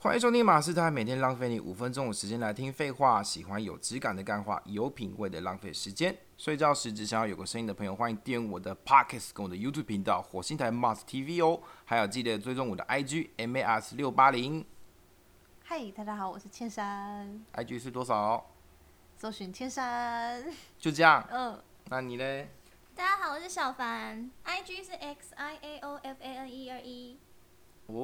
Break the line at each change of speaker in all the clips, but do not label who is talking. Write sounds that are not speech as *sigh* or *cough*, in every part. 欢迎收听马斯台，每天浪费你五分钟的时间来听废话。喜欢有质感的干话，有品味的浪费时间。睡觉时只想要有个声音的朋友，欢迎订阅我的 Podcast 跟我的 YouTube 频道火星台 Mars TV 哦。还有记得追踪我的 IG MAS 六八零
嗨，大家好，我是千山，
，IG 是多少？
搜寻千山，
就这样。
嗯，
那你嘞？
大家好，我是小凡，IG 是 X I A O F A N E 二一。
哦，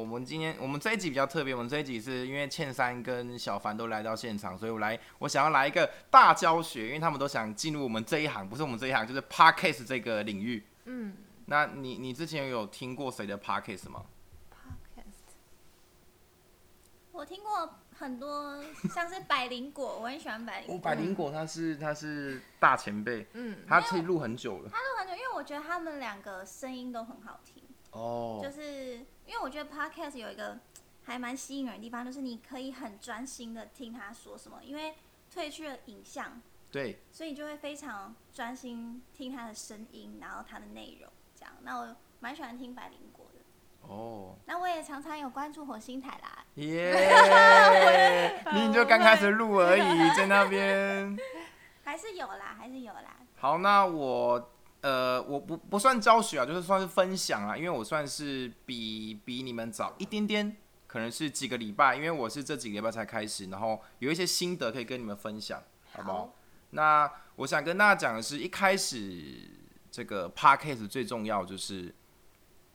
我们今天我们这一集比较特别，我们这一集是因为倩珊跟小凡都来到现场，所以我来我想要来一个大教学，因为他们都想进入我们这一行，不是我们这一行，就是 podcast 这个领域。
嗯
那你你之前有听过谁的 podcast 吗？
，Podcast，
我听过很多，像是百灵果，我很喜欢百灵果。
百灵果他是他是大前辈，
嗯，
他其实录很久了。
他录很久，因为我觉得他们两个声音都很好听，
哦
就是因为我觉得 podcast 有一个还蛮吸引人的地方，就是你可以很专心的听他说什么，因为褪去了影像，
对，
所以你就会非常专心听他的声音，然后他的内容这样。那我蛮喜欢听百灵果的，
哦，
那我也常常有关注火星台啦，
耶、你就刚开始录而已，在那边。
还是有啦，还是有啦。
好，那我呃，我不不算教学啊，就是算是分享啊，因为我算是比比你们早一点点，可能是几个礼拜，因为我是这几个礼拜才开始，然后有一些心得可以跟你们分享，好不好？
好
那我想跟大家讲的是，一开始这个 podcast 最重要就是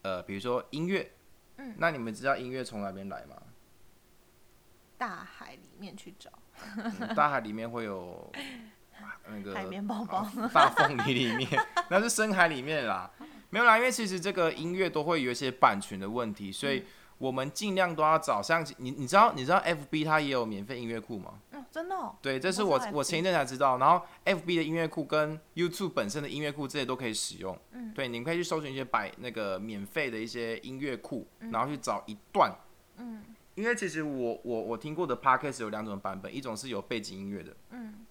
呃，比如说音乐，
嗯，
那你们知道音乐从哪边
*laughs*
来吗？
*laughs* 大海里面去找
嗯大海里面会有啊那个
海绵宝宝，
*laughs* 大凤梨里面，那是深海里面啦。没有啦，因为其实这个音乐都会有一些版权的问题，所以我们尽量都要找像你，你知道你知道 FB 它也有免费音乐库吗？
嗯，真的哦，
对，这是
我
我
知道
我
FB
前一阵才知道。然后 FB 的音乐库跟 YouTube 本身的音乐库这些都可以使用。嗯，对，你们可以去搜寻一些百那个免费的一些音乐库，然后去找一段。嗯，因为其实我我我听过的 podcast 有两种版本，一种是有背景音乐的，嗯，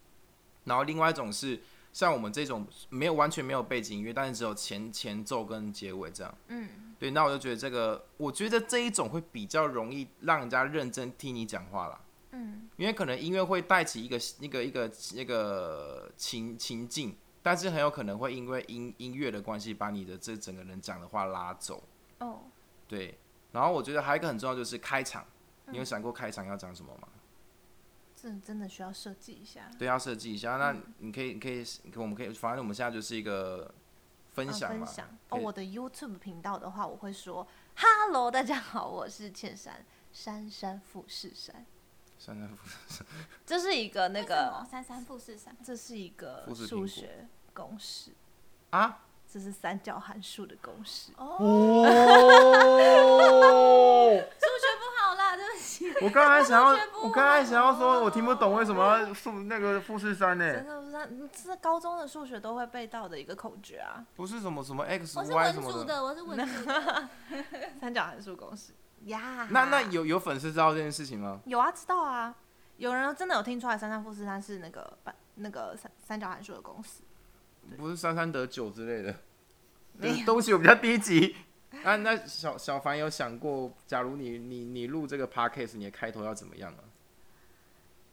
然后另外一种是像我们这种没有完全没有背景音乐，但是只有前前奏跟结尾这样。
嗯，
对，那我就觉得这个，我觉得这一种会比较容易让人家认真听你讲话啦。
嗯，
因为可能音乐会带起一个一个一个那个情情境，但是很有可能会因为音音乐的关系，把你的这整个人讲的话拉走。
哦，
对，然后我觉得还有一个很重要就是开场，
嗯
你有想过开场要讲什么吗？
这真的需要设计一下，
对，要设计一下。那
嗯
你可以，你可以，我们可以，反正我们现在就是一个分
啊
享
分
嘛。
享哦，
对
我的 YouTube 频道的话，我会说，Hello，大家好，我是千山，山山富士山，
三三富
*laughs* 这是一个那
为什
个
么，三三复四三，
这是一个
富士苹果
数学公式，
啊，
这是三角函数的公式。
哦。
数学不好啦，对不起。
*laughs* *laughs* 我刚才想要
我觉得不，好
我刚才想要说，我听不懂为什么要富那个富士山呢、
真的不是啊，嗯这是高中的数学都会背到的一个口诀啊， *laughs*
不是什么什么 x
哦我是
y
文
什
组
么。
的，我是文组的。
三角函数公式呀。
那那有有粉丝知道这件事情吗？
有啊，知道啊，有人真的有听出来三三负四三是那个半那个三三角函数的公式。
不是三三得九之类的，对东西我比较低级。啊，那小小凡有想过，假如你你你录这个 podcast，你的开头要怎么样吗？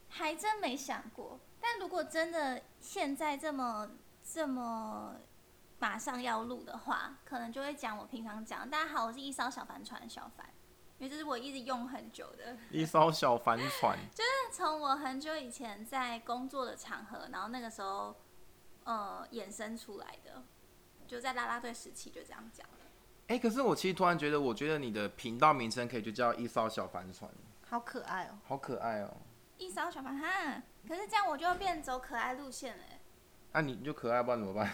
还真没想过。但如果真的现在这么这么马上要录的话，可能就会讲我平常讲。大家好，我是一艘小帆船的小帆，因为这是我一直用很久的。
一艘小帆船，
从我很久以前在工作的场合，然后那个时候呃衍生出来的，就在啦啦队时期就这样讲。
哎、可是我其实突然觉得，我觉得你的频道名称可以就叫一艘小帆船，
好可爱哦！
好可爱哦、
一艘小帆哈，可是这样我就变走可爱路线了欸。
那、啊你就可爱，不然怎么
*laughs*
办？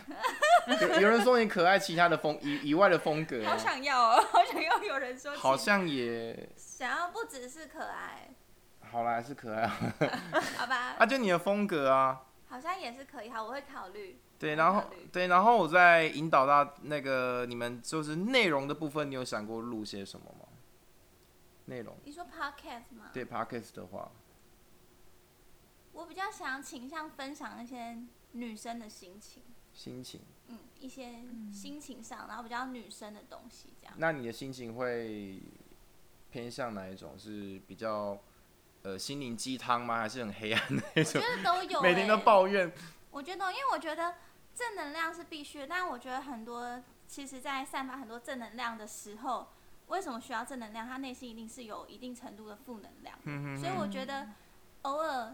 有有人说你可爱，其他的风以以外的风格、
好想要哦， *laughs* 好想要有人说，
好像也
想要不只是可爱，
好啦，还是可爱啊，
好吧，
啊就你的风格啊。
好像也是可以，好，我会考虑。
对，
我
然后
考虑
对，然后我再引导到那个你们就是内容的部分，你有想过录些什么吗？内容
你说 podcast 吗？
对 podcast 的话，
我比较想倾向分享一些女生的心情，
心情，
嗯，一些心情上，然后比较女生的东西这样。
那你的心情会偏向哪一种？是比较呃心灵鸡汤吗？还是很黑暗的那
我
种？
觉得都有、欸，
每天都抱怨，
我觉得，因为我觉得正能量是必须的，但我觉得很多其实，在散发很多正能量的时候，为什么需要正能量？他内心一定是有一定程度的负能量，
嗯
所以我觉得偶尔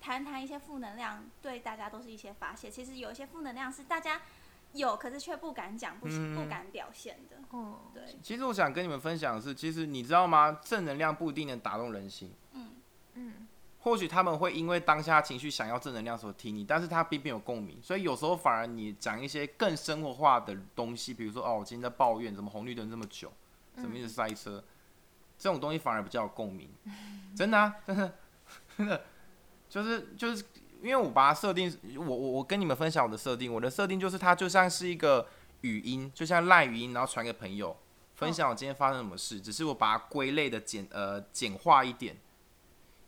谈谈一些负能量，对大家都是一些发泄。其实有一些负能量是大家有，可是却不敢讲、不
嗯
不敢表现的。
嗯，
对，
其实我想跟你们分享的是，其实你知道吗？正能量不一定能打动人心。
嗯，
嗯，
或许他们会因为当下情绪想要正能量所听你，但是他并没有共鸣，所以有时候反而你讲一些更生活化的东西，比如说哦，我今天在抱怨怎么红绿灯这么久，怎么一直塞车，这种东西反而比较有共鸣，真的啊，真的，真的，就是就是因为我把它设定，我我我跟你们分享我的设定，我的设定就是它就像是一个语音，就像赖语音，然后传给朋友。分享我今天发生什么事，只是我把它归类的简呃简化一点，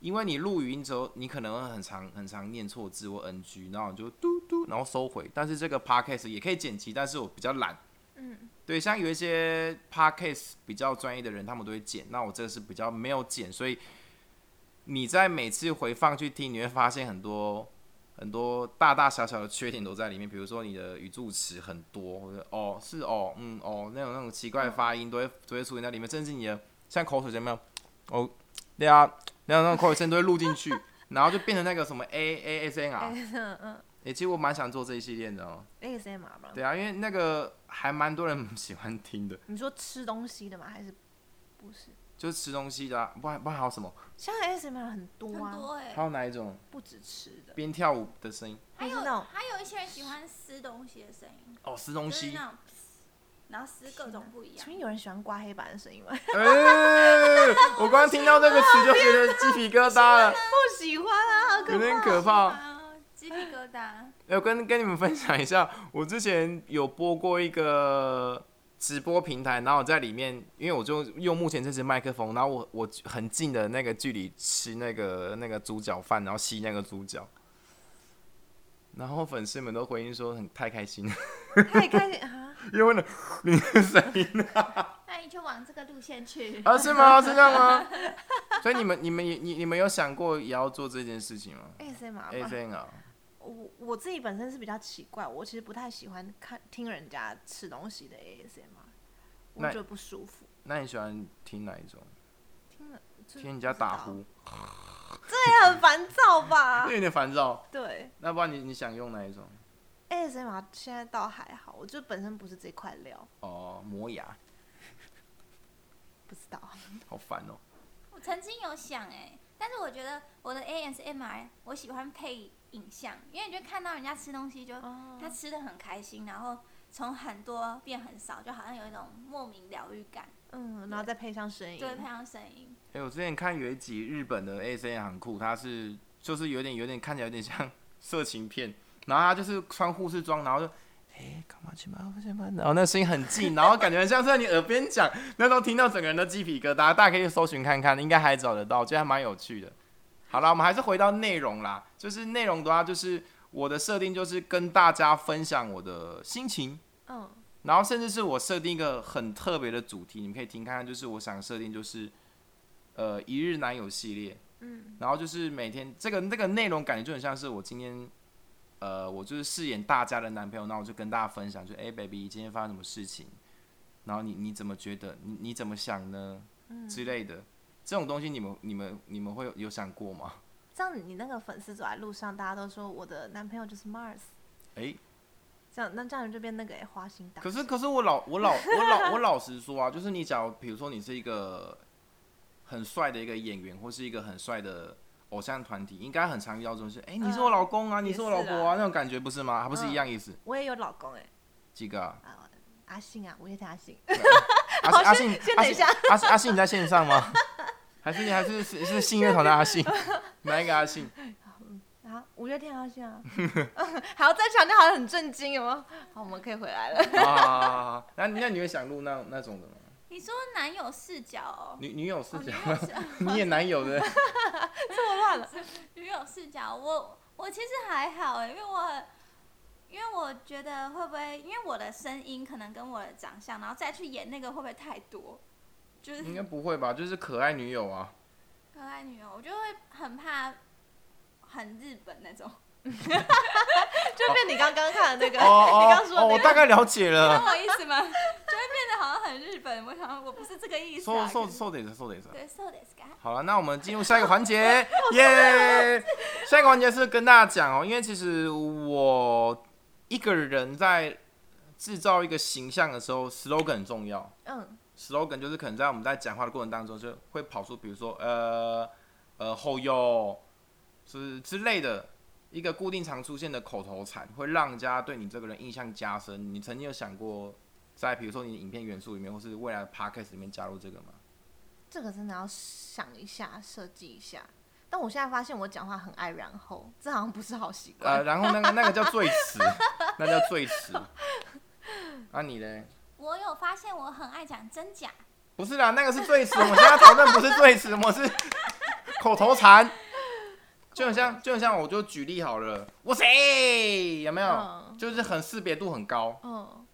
因为你录语音之后，你可能会很常很常念错字或 NG，然后你就嘟嘟，然后收回。但是这个 podcast 也可以剪辑，但是我比较懒。
嗯，
对，像有一些 podcast 比较专业的人，他们都会剪，那我这个是比较没有剪，所以你在每次回放去听，你会发现很多 *laughs* 很多大大小小的缺点都在里面，比如说你的语助词很多，或者哦是哦嗯哦那种那种奇怪的发音都会都会出现在里面，甚至你的像口水声有没有哦对啊，然后那种口水声都会录进去，然后就变成那个什么 A A S N
哎
R，
嗯
诶，其实我蛮想做这一系列的哦，
，ASMR 吗？
对啊，因为那个还蛮多人喜欢听的。
你说吃东西的吗？还是不是？
就是吃东西的、啊，不然不然还有什么？
像 ASMR 很
很
多啊，
多哎、
还有哪一种
不止吃的，
边跳舞的声音？
还
不
有
是那种
还有一些人喜欢撕东西的声音，
哦，吃
就
东
是
西。
那种嘶，然后撕各种不一样
请。问有人喜欢刮黑板的声音吗？ *laughs*
哎、我刚刚听到这个词就觉得鸡皮疙瘩了，
不喜欢啊，好
有 *laughs*
可
点可怕。
啊，鸡皮疙瘩。
要跟跟你们分享一下， *laughs* 我之前有播过一个直播平台，然后我在里面，因为我就用目前这支麦克风，然后我我很近的那个距离吃那个那个猪脚饭，然后吸那个猪脚，然后粉丝们都回应说很太开心了，
太开心啊！
*laughs* 因为呢，你的声音。
那你就往这个路线去。
啊，是吗？是这样吗？ *laughs* 所以你们、你们、也你、你们有想过也要做这件事情吗
ASMR
？A
吗？
C 啊，
我我自己本身是比较奇怪，我其实不太喜欢看听人家吃东西的 ASMR，我
那
觉得不舒服。
那你喜欢听哪一种？
听了就
听人家打
不知道，
呼，
这也啊很烦躁吧
*laughs* 那？有点烦躁。
对
那不然你你想用哪一种？
，ASMR 现在倒还好，我就本身不是这块料，
哦，磨牙，
不知道。
好烦哦。
我曾经有想哎、但是我觉得我的 ASMR 我喜欢配影像，因为你就看到人家吃东西就，
*laughs* 哦
他吃的很开心，然后从很多变很少，就好像有一种莫名疗愈感，
嗯，然后再配上声音，
对，配上声音，
哎、我之前看有一集日本的 A C 很酷，它是就是有点有点看起来有点像 *laughs* 色情片，然后他就是穿护士装，然后就。哎，干嘛去嘛？不行吧？然后那声音很近，然后感觉很像是在你耳边讲， *laughs* 那时候听到整个人都鸡皮疙瘩。大家可以搜寻看看，应该还找得到，我觉得还蛮有趣的。好了，我们还是回到内容啦，就是内容的话，就是我的设定就是跟大家分享我的心情，
嗯
然后甚至是我设定一个很特别的主题，你们可以听看看，就是我想设定就是，呃，一日男友系列，
嗯
然后就是每天这个那个内容感觉就很像是我今天，呃，我就是饰演大家的男朋友，那我就跟大家分享，就哎、b a b y 今天发生什么事情，然后你你怎么觉得，你你怎么想呢
嗯，
之类的，这种东西你们你们你们会有有想过吗？
这样你那个粉丝走在路上，大家都说我的男朋友就是 Mars，
哎、
这样那这样就变那个哎花心大
可是可是我老我老我老我老实说啊， *laughs* 就是你假如比如说你是一个很帅的一个演员，或是一个很帅的偶像团体，应该很常遇到这种事。哎、你是我老公啊，你是我老婆
嗯也是嗯
啊，那种感觉不是吗？还不是一样意思？
我也有老公哎、
几个啊？
啊阿信啊，我也是阿信，
阿
好
信阿信
哦
阿
先等一
信
下
阿信阿信你在线上吗？ *laughs* 还是你还是是是信乐团的阿
*laughs*
信？哪一个阿信？
啊五月天阿
*laughs*
信啊，还要再强调好像很震惊有没有？好，哦我们可以回来了。
啊，那那你会想录那那种的吗？
你说男友视角哦，
女女友视
哦
角，
女友
*laughs*
视 *laughs*
你也男友的，
女友视角，我我其实还好哎、因为我因为我觉得会不会因为我的声音可能跟我的长相，然后再去演那个会不会太多？就是
应该不会吧？就是可爱女友啊，
可爱女友，我就会很怕很日本那种。
就变你刚刚看的那个，
哦
*laughs* *laughs* 你刚
哦
说
哦，
的
我
那
大
个，
概了解
啊
懂
了。
我意思吗？就会变得好像很日本。我想说我不是这个意思、
so
啊。
so
可是
so 得着 so 得着。
对，so this guy。
好了，那我们进入下一个环
*laughs*
节，耶！下一个环节是跟大家讲哦、因为其实我一个人在制造一个形象的时候，slogan 很重要。
嗯
slogan 就是可能在我们在讲话的过程当中，就会跑出比如说呃呃后哟，是之类的一个固定常出现的口头禅，会让人家对你这个人印象加深。你曾经有想过在比如说你的影片元素里面，或是未来的 podcast 里面加入这个吗？
这个真的要想一下，设计一下。但我现在发现我讲话很爱然后，这好像不是好习惯。
呃，然后那个那个叫最迟，那叫最迟。啊，你嘞？
我有发现我很爱讲真假，
不是啦，那个是最迟。我们现在讨论不是最迟，我们是口头禅。就很像，就很像，我就举例好了，我谁有没有？
嗯
就是很识别度很高。
嗯，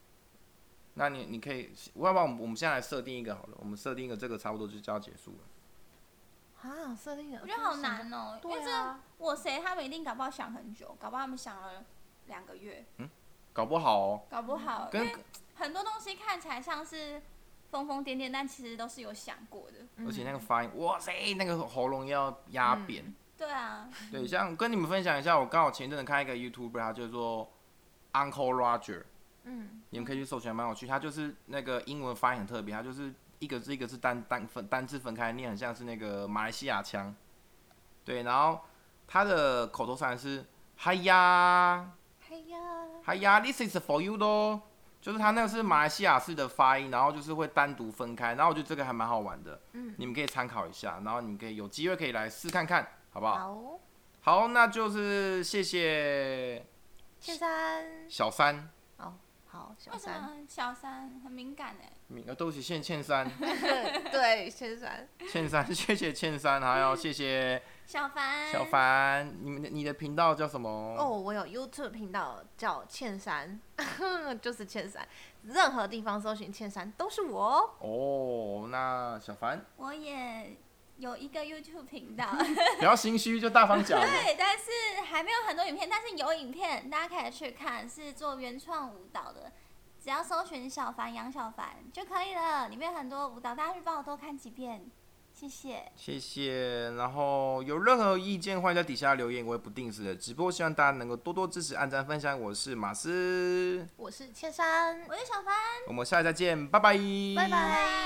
那你你可以，要不然我们我们现在来设定一个好了，我们设定一个这个差不多就就要结束了。
啊，设定的
我觉得好。难哦、因为
对
这
啊，
我谁他们一定搞不好想很久，搞不好他们想了两个月，
搞不好哦，
搞不好因
跟
嗯
为很多东西看起来像是疯疯癫癫，但其实都是有想过的。
嗯
而且那个发音，哇塞，那个喉咙要压扁。
对啊，
对，像跟你们分享一下，我刚好前一阵子看一个 YouTuber，他叫做 Uncle Roger，
嗯
你们可以去搜寻，还蛮有趣。他就是那个英文发音很特别，他就是一个字一个字单单分单字分开念，很像是那个马来西亚腔。对，然后他的口头禅是嗨呀
哎呀，
嗨呀，This is for you 咯，就是他那个是马来西亚式的发音，然后就是会单独分开，然后我觉得这个还蛮好玩的，
嗯，
你们可以参考一下，然后你们可以有机会可以来试看看，好不好？
好哦，
好，那就是谢谢
千山，
小三，
哦，好，小
为什
三，
么小三很敏感哎、
嗯呃，对不起，谢谢倩三，
*laughs*
对，千山，
倩三， *laughs* 谢谢倩三，还有谢谢
小凡，
小凡，你们的你的频道叫什么？
哦，，我有 YouTube 频道叫倩山， *laughs* 就是倩山，任何地方搜寻倩山都是我哦。
哦，那小凡
我也有一个 YouTube 频道，
不要心虚，就大方讲。
*laughs* 对，但是还没有很多影片，但是有影片，大家可以去看，是做原创舞蹈的，只要搜寻小凡杨小凡就可以了，里面有很多舞蹈，大家去帮我多看几遍，谢谢。
谢谢，然后有任何意见欢迎在底下留言，我会不定时的直播，希望大家能够多多支持、按赞、分享。我是马斯，
我是千山，
我是小凡，
我们下期再见，拜拜，
拜拜。